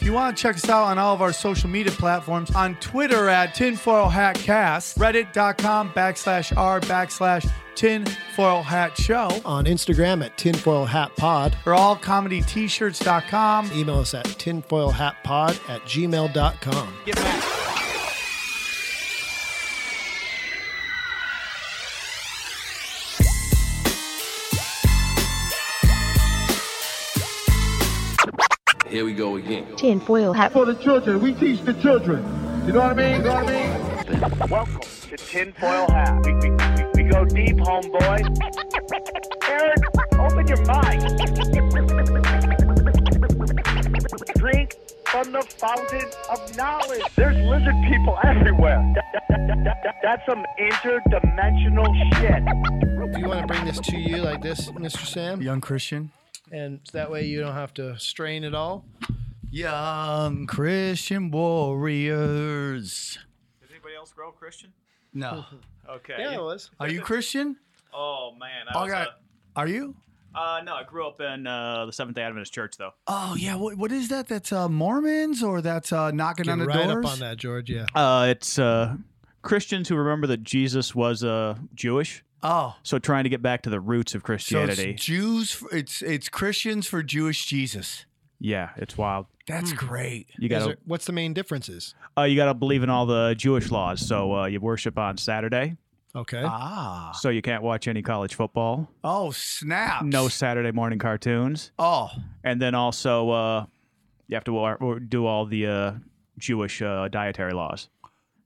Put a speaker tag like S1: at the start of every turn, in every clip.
S1: you want to check us out on all of our social media platforms on Twitter at tinfoilhatcast, reddit.com backslash r backslash tinfoilhatshow,
S2: On Instagram at Tinfoil Hat Pod.
S1: or allcomedyt-shirts.com.
S2: Email us at tinfoilhatpod at gmail.com.
S1: Get back.
S3: Here we go again.
S4: Tinfoil hat.
S5: for the children. We teach the children. You know what I mean? You know what I mean?
S6: Welcome to Tinfoil Hat. We, we, we, we go deep, homeboy. Eric, open your mind. Drink from the fountain of knowledge. There's lizard people everywhere. That- that- that- that- that- that's some interdimensional shit.
S2: Do you want to bring this to you like this, Mr. Sam?
S1: Young Christian.
S2: And that way you don't have to strain at all.
S1: Young Christian warriors.
S7: Does anybody else grow Christian?
S1: No.
S7: Okay.
S2: Yeah, it was.
S1: Are you Christian?
S7: Oh man. I
S1: Oh,
S7: was,
S1: God. Are you?
S7: uh, uh, no, I grew up in uh, the Seventh Day Adventist Church though.
S1: Oh yeah, what, what is that? That's uh, Mormons or that's uh, knocking
S2: Get
S1: on the
S2: right
S1: doors?
S2: up on that, George. Yeah.
S7: Uh, it's uh, Christians who remember that Jesus was uh, Jewish,
S1: Oh,
S7: so trying to get back to the roots of
S1: so it's
S7: Christianity.
S1: Jews. For, it's it's Christians for Jewish Jesus.
S7: yeah, it's wild.
S1: That's great.
S7: You
S2: Is
S7: gotta
S2: there- what's the main differences?
S7: uh, you gotta believe in all the Jewish laws. So uh, you worship on Saturday,
S2: Okay.
S1: Ah.
S7: so you can't watch any college football,
S1: Oh snap.
S7: no Saturday morning cartoons,
S1: Oh,
S7: and then also uh, you have to wa- or do all the uh, Jewish uh, dietary laws.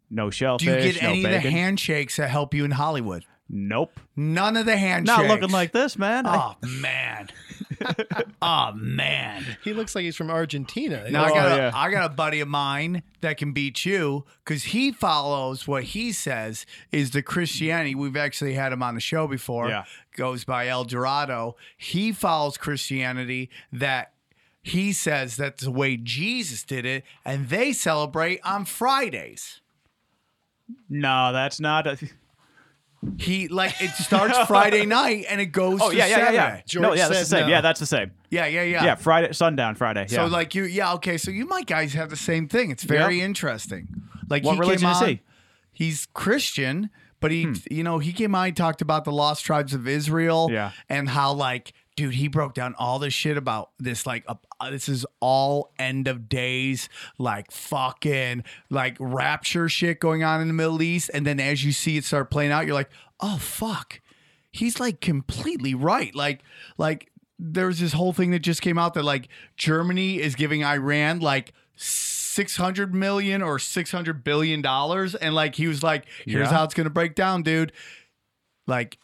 S7: No shellfish.
S1: do you get
S7: no
S1: any
S7: bacon.
S1: of the handshakes that help you in Hollywood?
S7: Nope.
S1: None of the handshakes.
S7: Not looking like this, man. I-
S1: Oh man. oh man.
S2: He looks like he's from Argentina.
S1: Now I
S7: Oh,
S1: got a,
S7: yeah.
S1: I got a buddy of mine that can beat you because he follows what he says is the Christianity. We've actually had him on the show before.
S7: Yeah.
S1: Goes by El Dorado. He follows Christianity that he says that's the way Jesus did it, and they celebrate on Fridays.
S7: no, that's not. A,
S1: He like it starts Friday night and it goes
S7: oh
S1: to
S7: yeah, yeah, yeah,
S1: Saturday.
S7: yeah.
S2: George
S7: no, yeah, that's the
S2: says
S7: same.
S2: no.
S7: Yeah, that's the same.
S1: yeah, yeah, yeah,
S7: Yeah, Friday, sundown Friday.
S1: So
S7: Yeah.
S1: like you, yeah, okay. So you might guys have the same thing. It's very
S7: Yep.
S1: interesting. Like
S7: What
S1: he
S7: religion
S1: came
S7: is
S1: on,
S7: he? Hmm.
S1: He's Christian, but he, you know, he came on. He talked about the lost tribes of Israel,
S7: Yeah.
S1: and how like, dude, he broke down all this shit about this. Like, uh, this is all end of days, like fucking like rapture shit going on in the Middle East, and then as you see it start playing out, you're like, oh fuck, he's like completely right. Like, like there's this whole thing that just came out that like Germany is giving Iran like 600 million or 600 billion dollars. And like, he was like, here's
S7: Yeah.
S1: how it's going to break down, dude. Like,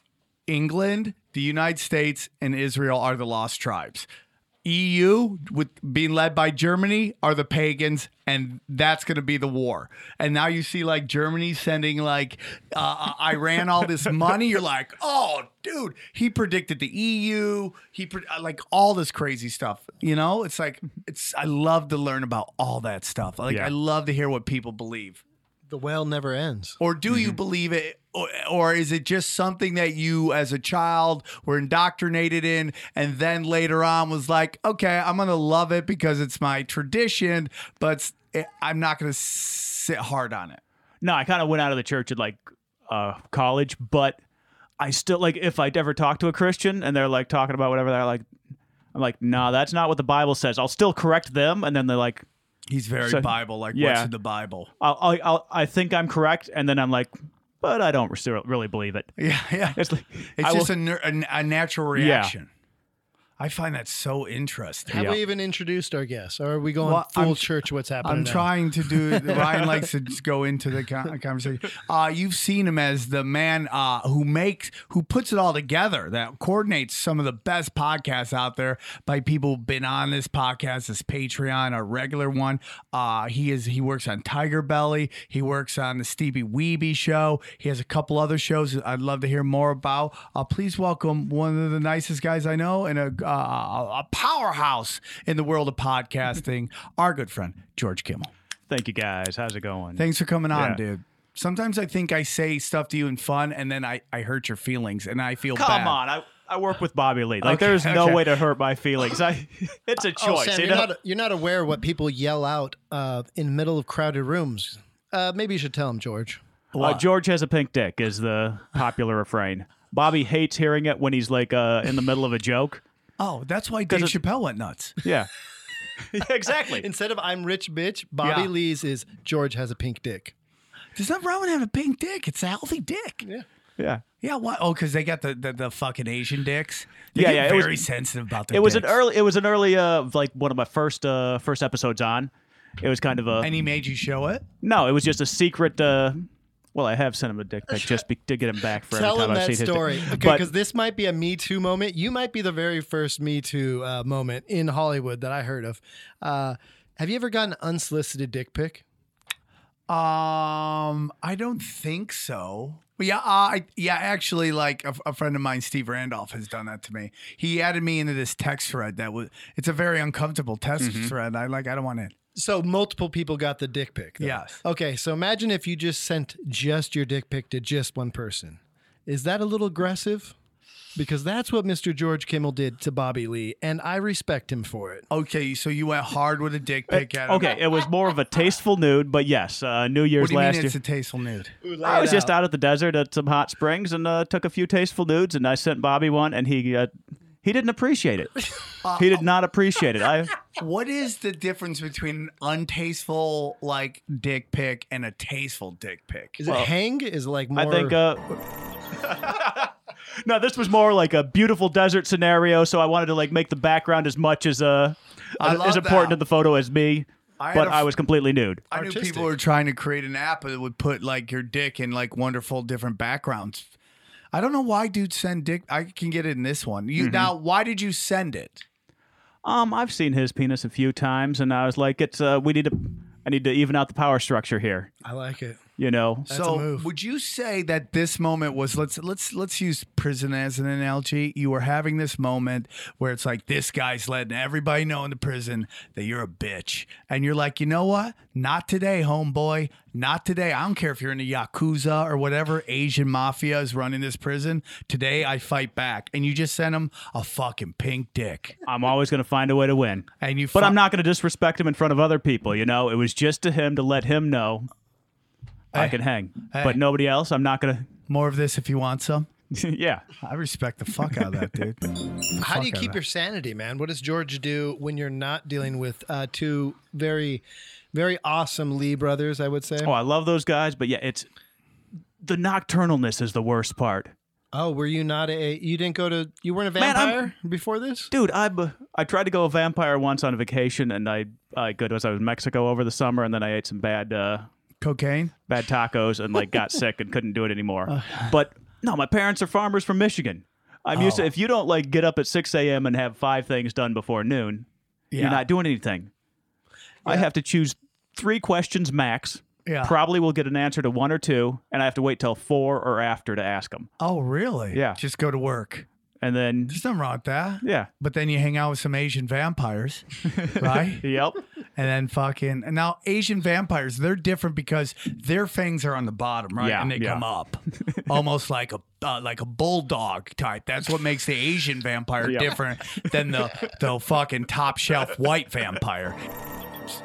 S1: England, the United States, and Israel are the lost tribes. EU, E with being led by Germany, are the pagans, and that's going to be the war. And now you see like Germany sending like uh, Iran all this money. You're like, oh, dude, he predicted the EU. He pre- uh, like all this crazy stuff. You know, it's like it's. I love to learn about all that stuff. Like
S7: Yeah.
S1: I love to hear what people believe
S2: The well never ends.
S1: or do
S7: Mm-hmm.
S1: you believe it or, or is it just something that you as a child were indoctrinated in and then later on was like okay i'm gonna love it because it's my tradition but it, i'm not gonna sit hard on it
S7: no, I kind of went out of the church at like uh, college, but I still like if I ever talk to a Christian and they're like talking about whatever, they're like, I'm like, nah, that's not what the Bible says. I'll still correct them, and then they're like,
S1: he's very
S7: So-
S1: bible like what's
S7: yeah.
S1: in the bible
S7: I'll, I'll, I'll, I think I'm correct, and then I'm like, but I don't re- really believe it.
S1: yeah yeah
S7: It's like
S1: it's
S7: I will-
S1: just a, ner- a, a natural reaction i find that so interesting
S2: Have
S7: Yeah.
S2: we even introduced our guests? Or are we going
S1: Well, I'm
S2: full
S1: tr-
S2: church? What's happening?
S1: I'm
S2: now?
S1: trying to do. Ryan likes to just go into the con- conversation. Uh, you've seen him as the man uh, who makes, who puts it all together, that coordinates some of the best podcasts out there by people who've been on this podcast, this Patreon, a regular one. Uh, he is. He works on Tiger Belly. He works on the Stevie Weeby show. He has a couple other shows that I'd love to hear more about. Uh, please welcome one of the nicest guys I know and a uh, a powerhouse in the world of podcasting. our good friend George Kimmel.
S7: Thank you guys. How's it going?
S1: Thanks for coming on,
S7: Yeah.
S1: dude. Sometimes I think I say stuff to you in fun, and then I, I hurt your feelings, and I feel
S7: Come
S1: bad.
S7: on, I I work with Bobby Lee. Like,
S1: Okay,
S7: there's no
S1: okay.
S7: way to hurt my feelings. I, it's a
S2: Oh,
S7: choice.
S2: Sam,
S7: you
S2: you're
S7: know? uh,
S2: not, you're not aware what people yell out uh, in the middle of crowded rooms. Uh, maybe you should tell them, George.
S7: Uh, George has a pink dick is the popular refrain. Bobby hates hearing it when he's like uh, in the middle of a joke.
S1: Oh, that's why Dave
S7: it-
S1: Chappelle went nuts.
S7: Yeah. exactly.
S2: Instead of "I'm rich, bitch," Bobby
S1: Yeah.
S2: Lee's is "George has a pink dick."
S1: There's nothing wrong with having a pink dick. It's a healthy dick. Yeah.
S7: Yeah.
S1: why? Oh, because they got the, the, the fucking Asian dicks. They
S7: Yeah,
S1: get
S7: yeah, it was-
S1: very sensitive about their
S7: It was an
S1: dicks.
S7: early it was an early uh like one of my first uh first episodes on. It was kind of a
S1: And he made you show it?
S7: no, it was just a secret uh well, I have sent him a dick pic just be, to get him back for
S2: Tell
S7: every
S2: him
S7: time I've
S2: that
S7: seen
S2: story,
S7: his dick.
S2: okay? Because this might be a Me Too moment. You might be the very first Me Too uh, moment in Hollywood that I heard of. Uh, have you ever gotten an unsolicited dick pic?
S1: Um, I don't think so. But yeah, uh, I yeah, actually, like a, a friend of mine, Steve Randolph, has done that to me. He added me into this text thread that was. It's a very uncomfortable text
S7: Mm-hmm.
S1: thread. I like. I don't want it.
S2: So multiple people got the dick pic. though.
S1: Yes.
S2: Okay, so imagine if you just sent just your dick pic to just one person. Is that a little aggressive? Because that's what Mr. George Kimmel did to Bobby Lee, and I respect him for it.
S1: Okay, so you went hard with a dick pic. At him.
S7: Uh, okay, it was more of a tasteful nude, but yes, uh, New
S1: What
S7: Year's
S1: do you mean
S7: last year.
S1: it's a tasteful nude?
S7: I was just out at the desert at some hot springs and uh, took a few tasteful nudes, and I sent Bobby one, and he uh, he didn't appreciate it. he did not appreciate it. I
S1: What is the difference between an untasteful like dick pic and a tasteful dick pic?
S2: Is it hang? Is it like more?
S7: I think uh, no, this was more like a beautiful desert scenario, so I wanted to like make the background as much as uh
S1: I
S7: as,
S1: love
S7: as important
S1: that.
S7: to the photo as me,
S1: I had
S7: but
S1: a
S7: I
S1: f-
S7: was completely nude.
S1: I knew people were trying to create an app that would put like your dick in like wonderful different backgrounds. I don't know why dudes send dick. I can get it in this one.
S7: Mm-hmm.
S1: You now, why did you send it?
S7: Um, I've seen his penis a few times, and I was like, it's uh, we need to I need to even out the power structure here,
S2: I like it.
S7: you know.
S1: so,
S2: move.
S1: would you say that this moment was let's let's let's use prison as an analogy? You were having this moment where it's like this guy's letting everybody know in the prison that you're a bitch, and you're like, you know what? Not today, homeboy. Not today. I don't care if you're in the yakuza or whatever Asian mafia is running this prison. Today, I fight back, and you just send him a fucking pink dick,
S7: I'm always going to find a way to win.
S1: and you.
S7: But
S1: fu-
S7: I'm not going to disrespect him in front of other people, you know? It was just to him to let him know I
S1: Hey,
S7: can hang.
S1: hey.
S7: But nobody else, I'm not going
S1: more of this if you want some.
S7: to. yeah.
S1: I respect the fuck out of that dude.
S2: How do you
S1: fuck out
S2: keep
S1: of
S2: your sanity, man? What does George do when you're not dealing with uh, two very, very awesome Lee brothers? I would say.
S7: Oh, I love those guys, but yeah, it's the nocturnalness is the worst part.
S2: Oh, were you not a? You didn't go to? You weren't a
S7: Man, I'm-
S2: vampire before this?
S7: Dude, I I tried to go a vampire once on vacation and I I good was I was in Mexico over the summer and then I ate some bad uh
S1: Cocaine.
S7: bad tacos and like got sick and couldn't do it anymore. But no, my parents are farmers from Michigan. I'm used to if you don't like get up at 6 a.m. and have five things done before noon, you're
S1: Yeah.
S7: not doing anything. I have to choose three questions max.
S1: Yeah.
S7: Probably will get an answer to one or two, and I have to wait till four or after to ask them.
S1: Oh, really?
S7: Yeah.
S1: Just go to work.
S7: And then,
S1: There's nothing wrong with that.
S7: yeah,
S1: But then you hang out with some Asian vampires, right?
S7: yep,
S1: And then fucking and now Asian vampires, they're different because their fangs are on the bottom, right?
S7: Yeah,
S1: and they
S7: yeah.
S1: come up, almost like a uh, like a bulldog type. That's what makes the Asian vampire
S7: Yeah.
S1: different than the the fucking top shelf white vampire.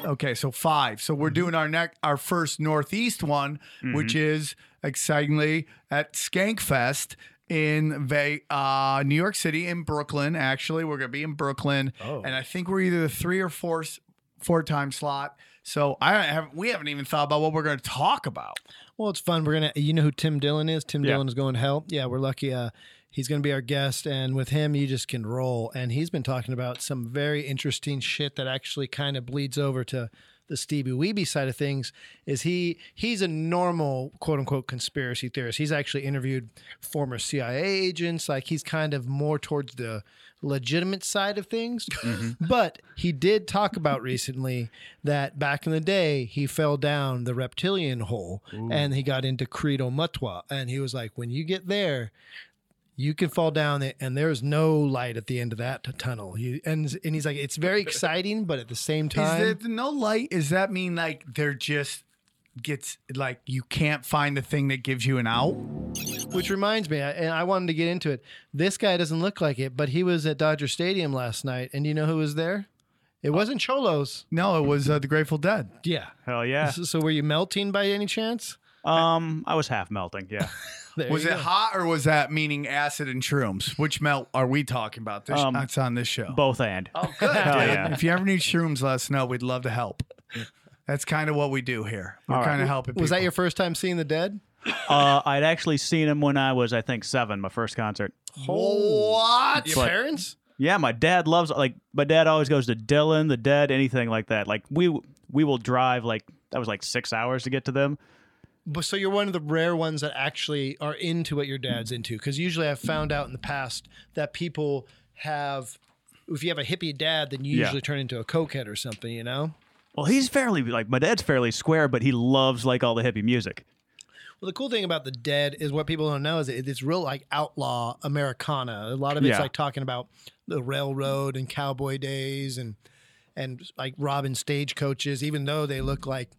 S1: Okay, so five. So
S7: Mm-hmm.
S1: we're doing our neck our first northeast one, which is excitingly at Skankfest in Ve- uh, New York City in Brooklyn. Actually, we're gonna be in Brooklyn,
S7: Oh.
S1: and I think we're either the three or four s- four time slot. So I have we haven't even thought about what we're gonna talk about.
S2: Well, it's fun. We're gonna. You know who Tim Dillon is? Tim
S7: Yeah.
S2: Dillon is going to hell. Yeah, we're lucky. Uh, he's gonna be our guest, and with him, you just can roll. And he's been talking about some very interesting shit that actually kind of bleeds over to the Stevie Weeby side of things. Is he? He's a normal quote unquote conspiracy theorist. He's actually interviewed former CIA agents. Like he's kind of more towards the legitimate side of things. But he did talk about recently that back in the day he fell down the reptilian hole and he got into Credo Mutwa. And he was like, when you get there, you can fall down it and there's no light at the end of that t- tunnel. You, and, and he's like, it's very exciting, but at the same
S1: Is
S2: time,
S1: there no light? Does that mean like they're just gets like you can't find the thing that gives you an out.
S2: Which reminds me, I, and I wanted to get into it. This guy doesn't look like it, but he was at Dodger Stadium last night, and you know who was there? It wasn't Cholos.
S1: No, it was uh, the Grateful Dead.
S2: Yeah.
S7: Hell yeah.
S2: So, so were you melting by any chance?
S7: Um, I was half melting. Yeah.
S2: There
S1: was
S2: you
S1: it
S2: go.
S1: hot or was that meaning acid and shrooms? Which melt are we talking about? This
S7: Um,
S1: that's on this show.
S7: Both and.
S1: Oh, good.
S7: Hell yeah.
S1: If you ever need shrooms, let us know. We'd love to help. That's kind of what we do here. We're
S7: All right.
S1: kind of helping.
S2: Was that
S1: people.
S2: your first time seeing the dead?
S7: Uh, I'd actually seen him when I was, I think, seven. My first concert.
S1: what?
S2: Your
S7: But-
S2: parents?
S7: Yeah, my dad loves like my dad always goes to Dylan, the Dead, anything like that. Like we we will drive like that was like six hours to get to them.
S2: But- So you're one of the rare ones that actually are into what your dad's into, because usually I've found out in the past that people have. If you have a hippie dad, then you
S7: Yeah.
S2: usually turn into a cokehead or something, you know.
S7: Well, he's fairly like my dad's fairly square, but he loves like all the hippie music.
S2: Well, the cool thing about the dead is what people don't know is it, it's real like outlaw Americana. A lot of it's
S7: Yeah.
S2: like talking about the railroad and cowboy days and and like robbing stagecoaches, even though they look like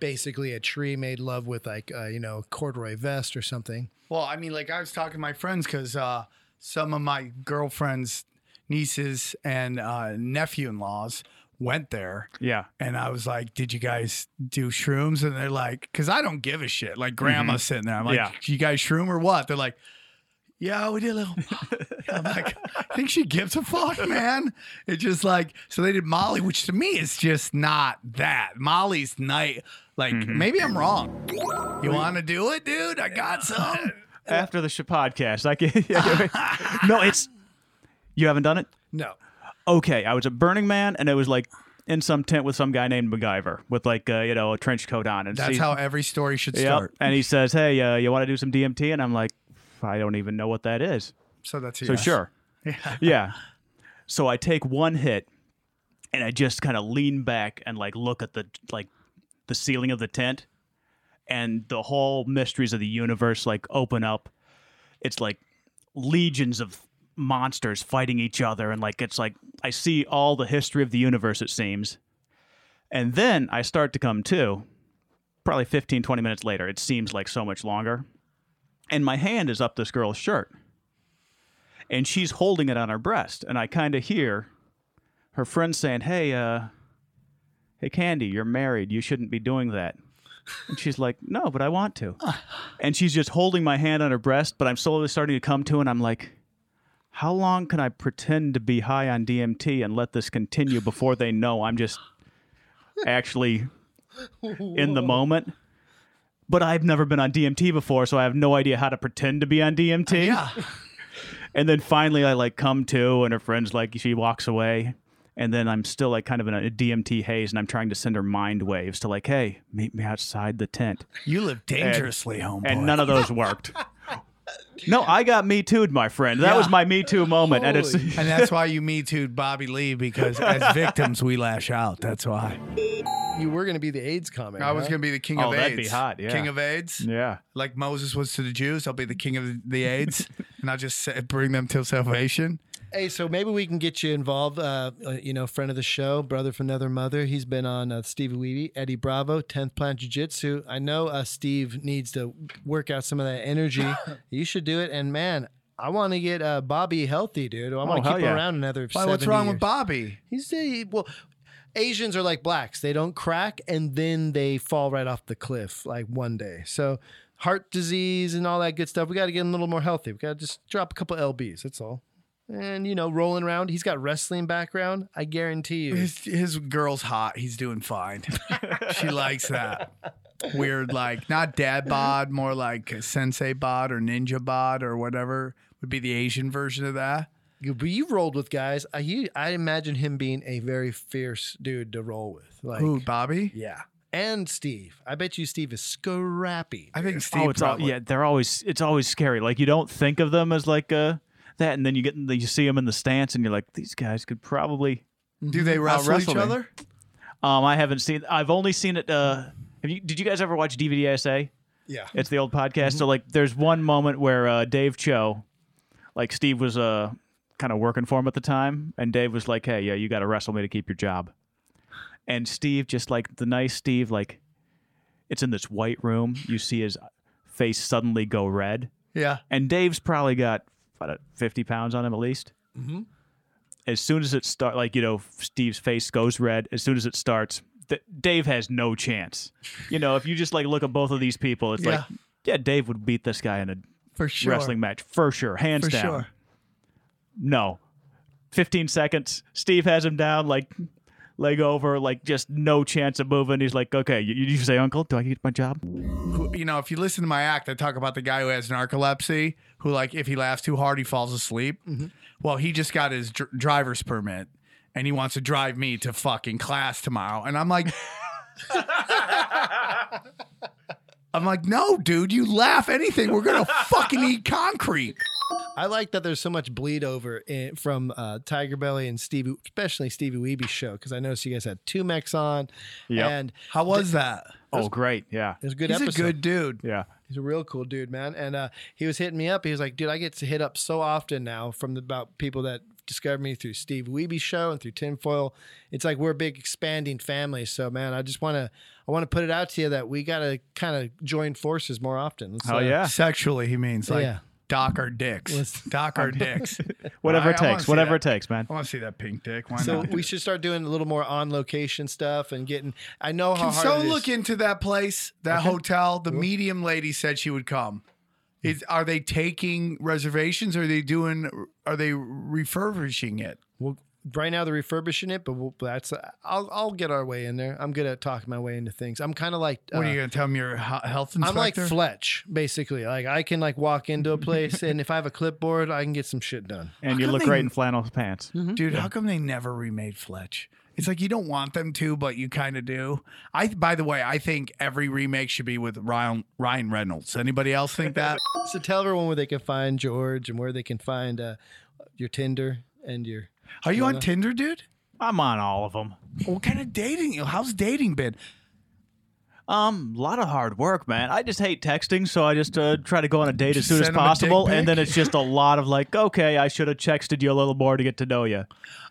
S2: basically a tree made love with like uh, you know corduroy vest or something.
S1: Well, I mean, like I was talking to my friends because uh, some of my girlfriend's nieces and uh, nephew-in-laws went there.
S7: Yeah.
S1: And I was like, "Did you guys do shrooms?" And they're like, "Cause I don't give a shit." Like grandma's sitting there. I'm like,
S7: Yeah.
S1: "You guys shroom or what?" They're like, "Yeah, we did a little." I'm like, "I think she gives a fuck, man." It's just like so they did Molly, which to me is just not that Molly's night. Like maybe I'm wrong. You want to do it, dude? I got some.
S7: After the sh- podcast, I can. Uh, no, it's you haven't done it.
S2: No,
S7: Okay, I was at Burning Man, and it was like in some tent with some guy named MacGyver with like uh, you know a trench coat on, and
S1: That's
S7: see-
S1: how every story should
S7: Yep.
S1: start.
S7: And he says, "Hey, uh, you want to do some DMT?" And I'm like, "I don't even know what that is."
S1: So that's
S7: So sure. Yeah. So I take one hit and I just kind of lean back and like look at the like the ceiling of the tent and the whole mysteries of the universe like open up. It's like legions of monsters fighting each other and like it's like I see all the history of the universe it seems. And then I start to come to probably 15 20 minutes later. It seems like so much longer. And my hand is up this girl's shirt and she's holding it on her breast and i kind of hear her friend saying hey uh hey candy you're married you shouldn't be doing that and she's like no but i want to and she's just holding my hand on her breast but i'm slowly starting to come to and i'm like how long can i pretend to be high on dmt and let this continue before they know i'm just actually in the moment but i've never been on dmt before so i have no idea how to pretend to be on dmt
S1: Yeah.
S7: and then finally, I like come to, and her friend's like, she walks away. And then I'm still like kind of in a DMT haze, and I'm trying to send her mind waves to like, hey, meet me outside the tent.
S1: You live dangerously, homeboy.
S7: And none of those worked. No, I got me too'd, my friend. That was
S1: Yeah.
S7: my me too moment. and it's
S1: And that's why you me too Bobby Lee because as victims we lash out. That's why.
S2: you were going to be the AIDS comic.
S1: I was
S2: huh?
S1: gonna be the king
S7: Oh,
S1: of AIDS.
S7: that'd be hot, yeah.
S1: King of AIDS.
S7: yeah.
S1: Like Moses was to the Jews, I'll be the king of the AIDS, and I'll just sa- bring them to salvation.
S2: Hey, so maybe we can get you involved. Uh, uh, you know, friend of the show, brother from another mother. He's been on uh, Stevie Weeby, Eddie Bravo, Tenth Planet Jiu Jitsu. I know uh, Steve needs to work out some of that energy. you should do it. And man, I want to get uh, Bobby healthy, dude. I want to
S7: hell
S2: keep
S7: yeah.
S2: him around another.
S1: Oh, Why? What's
S2: 70
S1: wrong with
S2: years.
S1: Bobby?
S2: He's a, well. Asians are like blacks. They don't crack and then they fall right off the cliff like one day. So heart disease and all that good stuff. We got to get him a little more healthy. We got to just drop a couple lbs. That's all. And you know, rolling around. He's got wrestling background. I guarantee you.
S1: His his girl's hot. He's doing fine. she likes that. Weird, like not dad bod, more like sensei bod or ninja bod or whatever would be the Asian version of that.
S2: You- But you've rolled with guys. I you, I imagine him being a very fierce dude to roll with. Like
S1: Who, Bobby?
S2: yeah. And Steve. I bet you Steve is scrappy.
S1: I think Steve.
S7: Oh, it's all,
S1: probably-
S7: yeah. They're always it's always scary. Like you don't think of them as like uh that, and then you get in the, you see them in the stance, and you're like, these guys could probably.
S1: Do they wrestle,
S7: wrestle
S1: each
S7: me.
S1: other?
S7: Um, I haven't seen. I've only seen it. Uh, have you? Did you guys ever watch DVDSA?
S2: Yeah.
S7: It's the old podcast. So like, there's one moment where uh, Dave Cho, like Steve was uh, kind of working for him at the time, and Dave was like, "Hey, yeah, you got to wrestle me to keep your job." And Steve, just like the nice Steve, like It's in this white room. You see his face suddenly go red.
S2: Yeah.
S7: And Dave's probably got what, 50 pounds on him at least.
S1: Mm-hmm.
S7: As soon as it start, like, you know, Steve's face goes red. As soon as it starts, th- Dave has no chance. You know, if you just like look at both of these people, it's like,
S2: Yeah.
S7: yeah, Dave would beat this guy in a
S1: for sure.
S7: wrestling match for sure, hands
S1: for
S7: down.
S1: sure.
S7: No, 15 seconds. Steve has him down, like leg over, like just no chance of moving. He's like, okay, you, you say, Uncle, do I get my job?
S1: Who- You know, if you listen to my act, I talk about the guy who has narcolepsy, who like if he laughs too hard, he falls asleep.
S7: Mm-hmm.
S1: Well, he just got his dr- driver's permit, and he wants to drive me to fucking class tomorrow, and I'm like. I'm like, no, dude, you laugh anything. We're going to fucking eat concrete.
S2: I like that there's so much bleed over in, from uh, Tiger Belly and Stevie, especially Stevie Weeby's show, because I noticed you guys had two mechs on.
S7: Yep.
S2: And
S1: How was that?
S7: Oh, great. Yeah.
S2: it was a good
S1: He's a
S2: episode.
S1: good dude.
S7: Yeah.
S2: He's a real cool dude, man. And uh, he was hitting me up. He was like, dude, I get to hit up so often now from the, about people that discovered me through Steve Weeby's show and through Tinfoil. It's like we're a big expanding family. So, man, I just want to I want to put it out to you that we got to kind of join forces more often. Let's,
S7: Oh,
S2: uh,
S7: yeah.
S1: Sexually, he means like
S2: Yeah.
S1: dock our dicks.
S2: Let's-
S1: dock our dicks.
S7: Whatever
S1: I-
S7: it
S1: I wanna
S7: takes.
S1: see
S7: Whatever
S1: that.
S7: it takes, man.
S1: I want to see that pink dick. Why
S2: So
S1: not?
S2: we should start doing a little more on location stuff and getting. I know how
S1: Can
S2: hard
S1: someone
S2: it is.
S1: look into that place, that hotel? The medium lady said she would come. Is, are they taking reservations? Or are they doing? Are they refurbishing it?
S2: Well, right now they're refurbishing it, but we'll, that's I'll I'll get our way in there. I'm good at talking my way into things. I'm kind of like
S1: What are
S2: uh,
S1: you going to tell them? Your he- health
S2: I'm like
S1: inspector?
S2: Fletch, basically. Like I can like walk into a place, and if I have a clipboard, I can get some shit done.
S7: And you
S1: come
S7: look
S1: they-
S7: great in flannel pants.
S1: dude. How come they never remade Fletch? It's like you don't want them to, but you kind of do. I, by the way, I think every remake should be with Ryan Ryan Reynolds. Anybody else think that?
S2: So tell everyone where they can find George and where they can find uh, your Tinder and your.
S1: Are you on Tinder, dude?
S7: I'm on all of them.
S1: What kind of dating? How's dating been?
S7: Um, a lot of hard work, man. I just hate texting, so I just uh, try to go on a date as
S1: Just
S7: soon as
S1: send 'em a dick
S7: possible,
S1: pic?
S7: and then it's just a lot of like, okay, I should have texted you a little more to get to know you.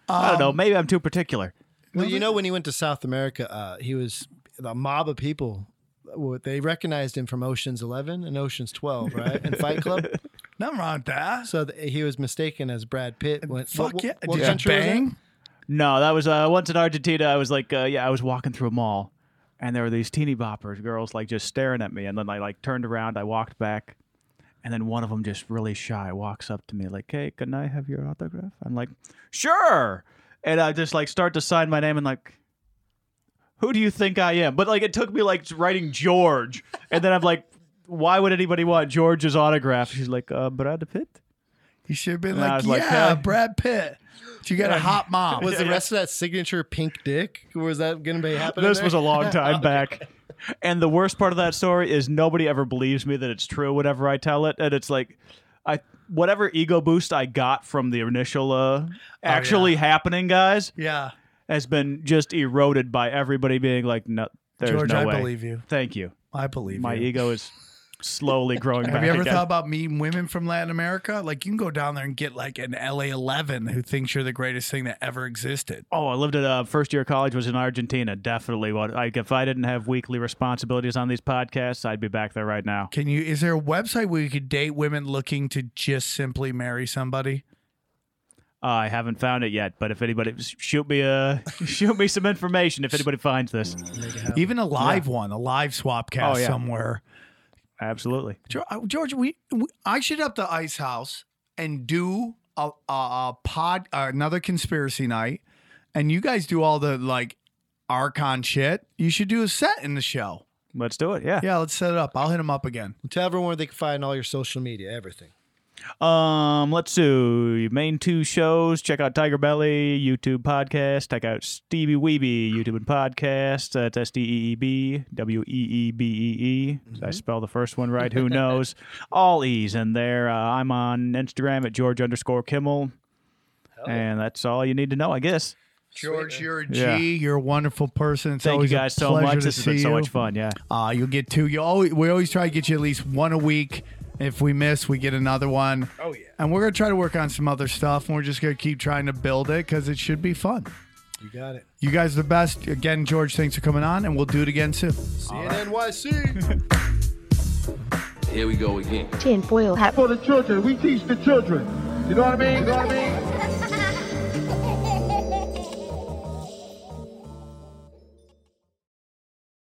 S7: I don't know.
S1: Um,
S7: Maybe I'm too particular.
S2: Well, you know when he went to South America, uh, he was the mob of people. what- They recognized him from Ocean's Eleven and Ocean's Twelve, right? And Fight Club.
S1: Nothing wrong with that.
S2: So th- he was mistaken as Brad Pitt. When,
S1: Fuck
S2: what,
S1: yeah!
S2: What, what
S1: Did you
S2: country was that?
S1: bang?
S7: No, that was uh, once in Argentina. I was like, uh, yeah, I was walking through a mall, and there were these teeny boppers girls like just staring at me, and then I like turned around, I walked back, and then one of them just really shy walks up to me like, hey, can I have your autograph? I'm like, sure, and I just like start to sign my name and like. Who do you think I am? But like, it took me like writing George, and then I'm like, why would anybody want George's autograph? She's like, uh, Brad Pitt.
S1: You should have been
S7: And I
S1: like,
S7: was like,
S1: yeah,
S7: huh?"
S1: Brad Pitt. You got a hot mom.
S2: Was the rest of that signature pink dick? Was that going to be happening?
S7: this
S2: there?
S7: was a long time back. And the worst part of that story is nobody ever believes me that it's true whenever I tell it. And it's like, I whatever ego boost I got from the initial
S1: Oh,
S7: uh, actually happening, guys,
S1: yeah.
S7: has been just eroded by everybody being like, no, there's
S1: George,
S7: no
S1: I
S7: way.
S1: believe you.
S7: Thank you.
S1: I believe
S7: My
S1: you.
S7: ego is slowly growing back.
S1: Have you ever
S7: again.
S1: thought about meeting women from Latin America? Like, you can go down there and get like an LA 11 who thinks you're the greatest thing that ever existed.
S7: Oh, I lived at uh, first year of college was in Argentina. Definitely, what like if I didn't have weekly responsibilities on these podcasts, I'd be back there right now.
S1: Can you, is there a website where you could date women looking to just simply marry somebody?
S7: Uh, I haven't found it yet, but if anybody shoot me a shoot me some information if anybody finds this.
S1: Even a live one, a live swap cast
S7: Oh, yeah.
S1: somewhere.
S7: Absolutely.
S1: Geor- uh, George, we, we I should up the ice house and do a, a, a pod uh, another conspiracy night, and you guys do all the like archon shit. You should do a set in the show.
S7: Let's do it. Yeah.
S1: Yeah, let's set it up. I'll hit him up again.
S2: Tell everyone where they can find all your social media, everything.
S7: Um, let's do your main two shows. Check out Tiger Belly, YouTube podcast. Check out Stevie Weeby, YouTube and podcast. That's S T E E B W E E B E E. Did
S1: Mm-hmm.
S7: I spell the first one right? Who knows? All E's in there. Uh, I'm on Instagram at George underscore Kimmel. And that's all you need to know, I guess.
S1: George, you're a G.
S7: Yeah.
S1: You're a wonderful person. It's
S7: Thank you
S1: always a
S7: guys so
S1: pleasure
S7: much.
S1: to
S7: This has been
S1: see
S7: so
S1: you.
S7: much fun. Yeah.
S1: Uh, you'll get two. You always we always try to get you at least one a week. If we miss, we get another one.
S2: Oh.
S1: Oh yeah. And we're gonna try to work on some other stuff, and we're just gonna keep trying to build it because it should be fun.
S2: You got it.
S1: You guys are the best. Again, George, thanks for coming on, and we'll do it again soon.
S2: CNNYC.
S3: Here we go again.
S4: Tinfoil hat.
S5: For the children, we teach the children. You know what I mean? You know what I mean?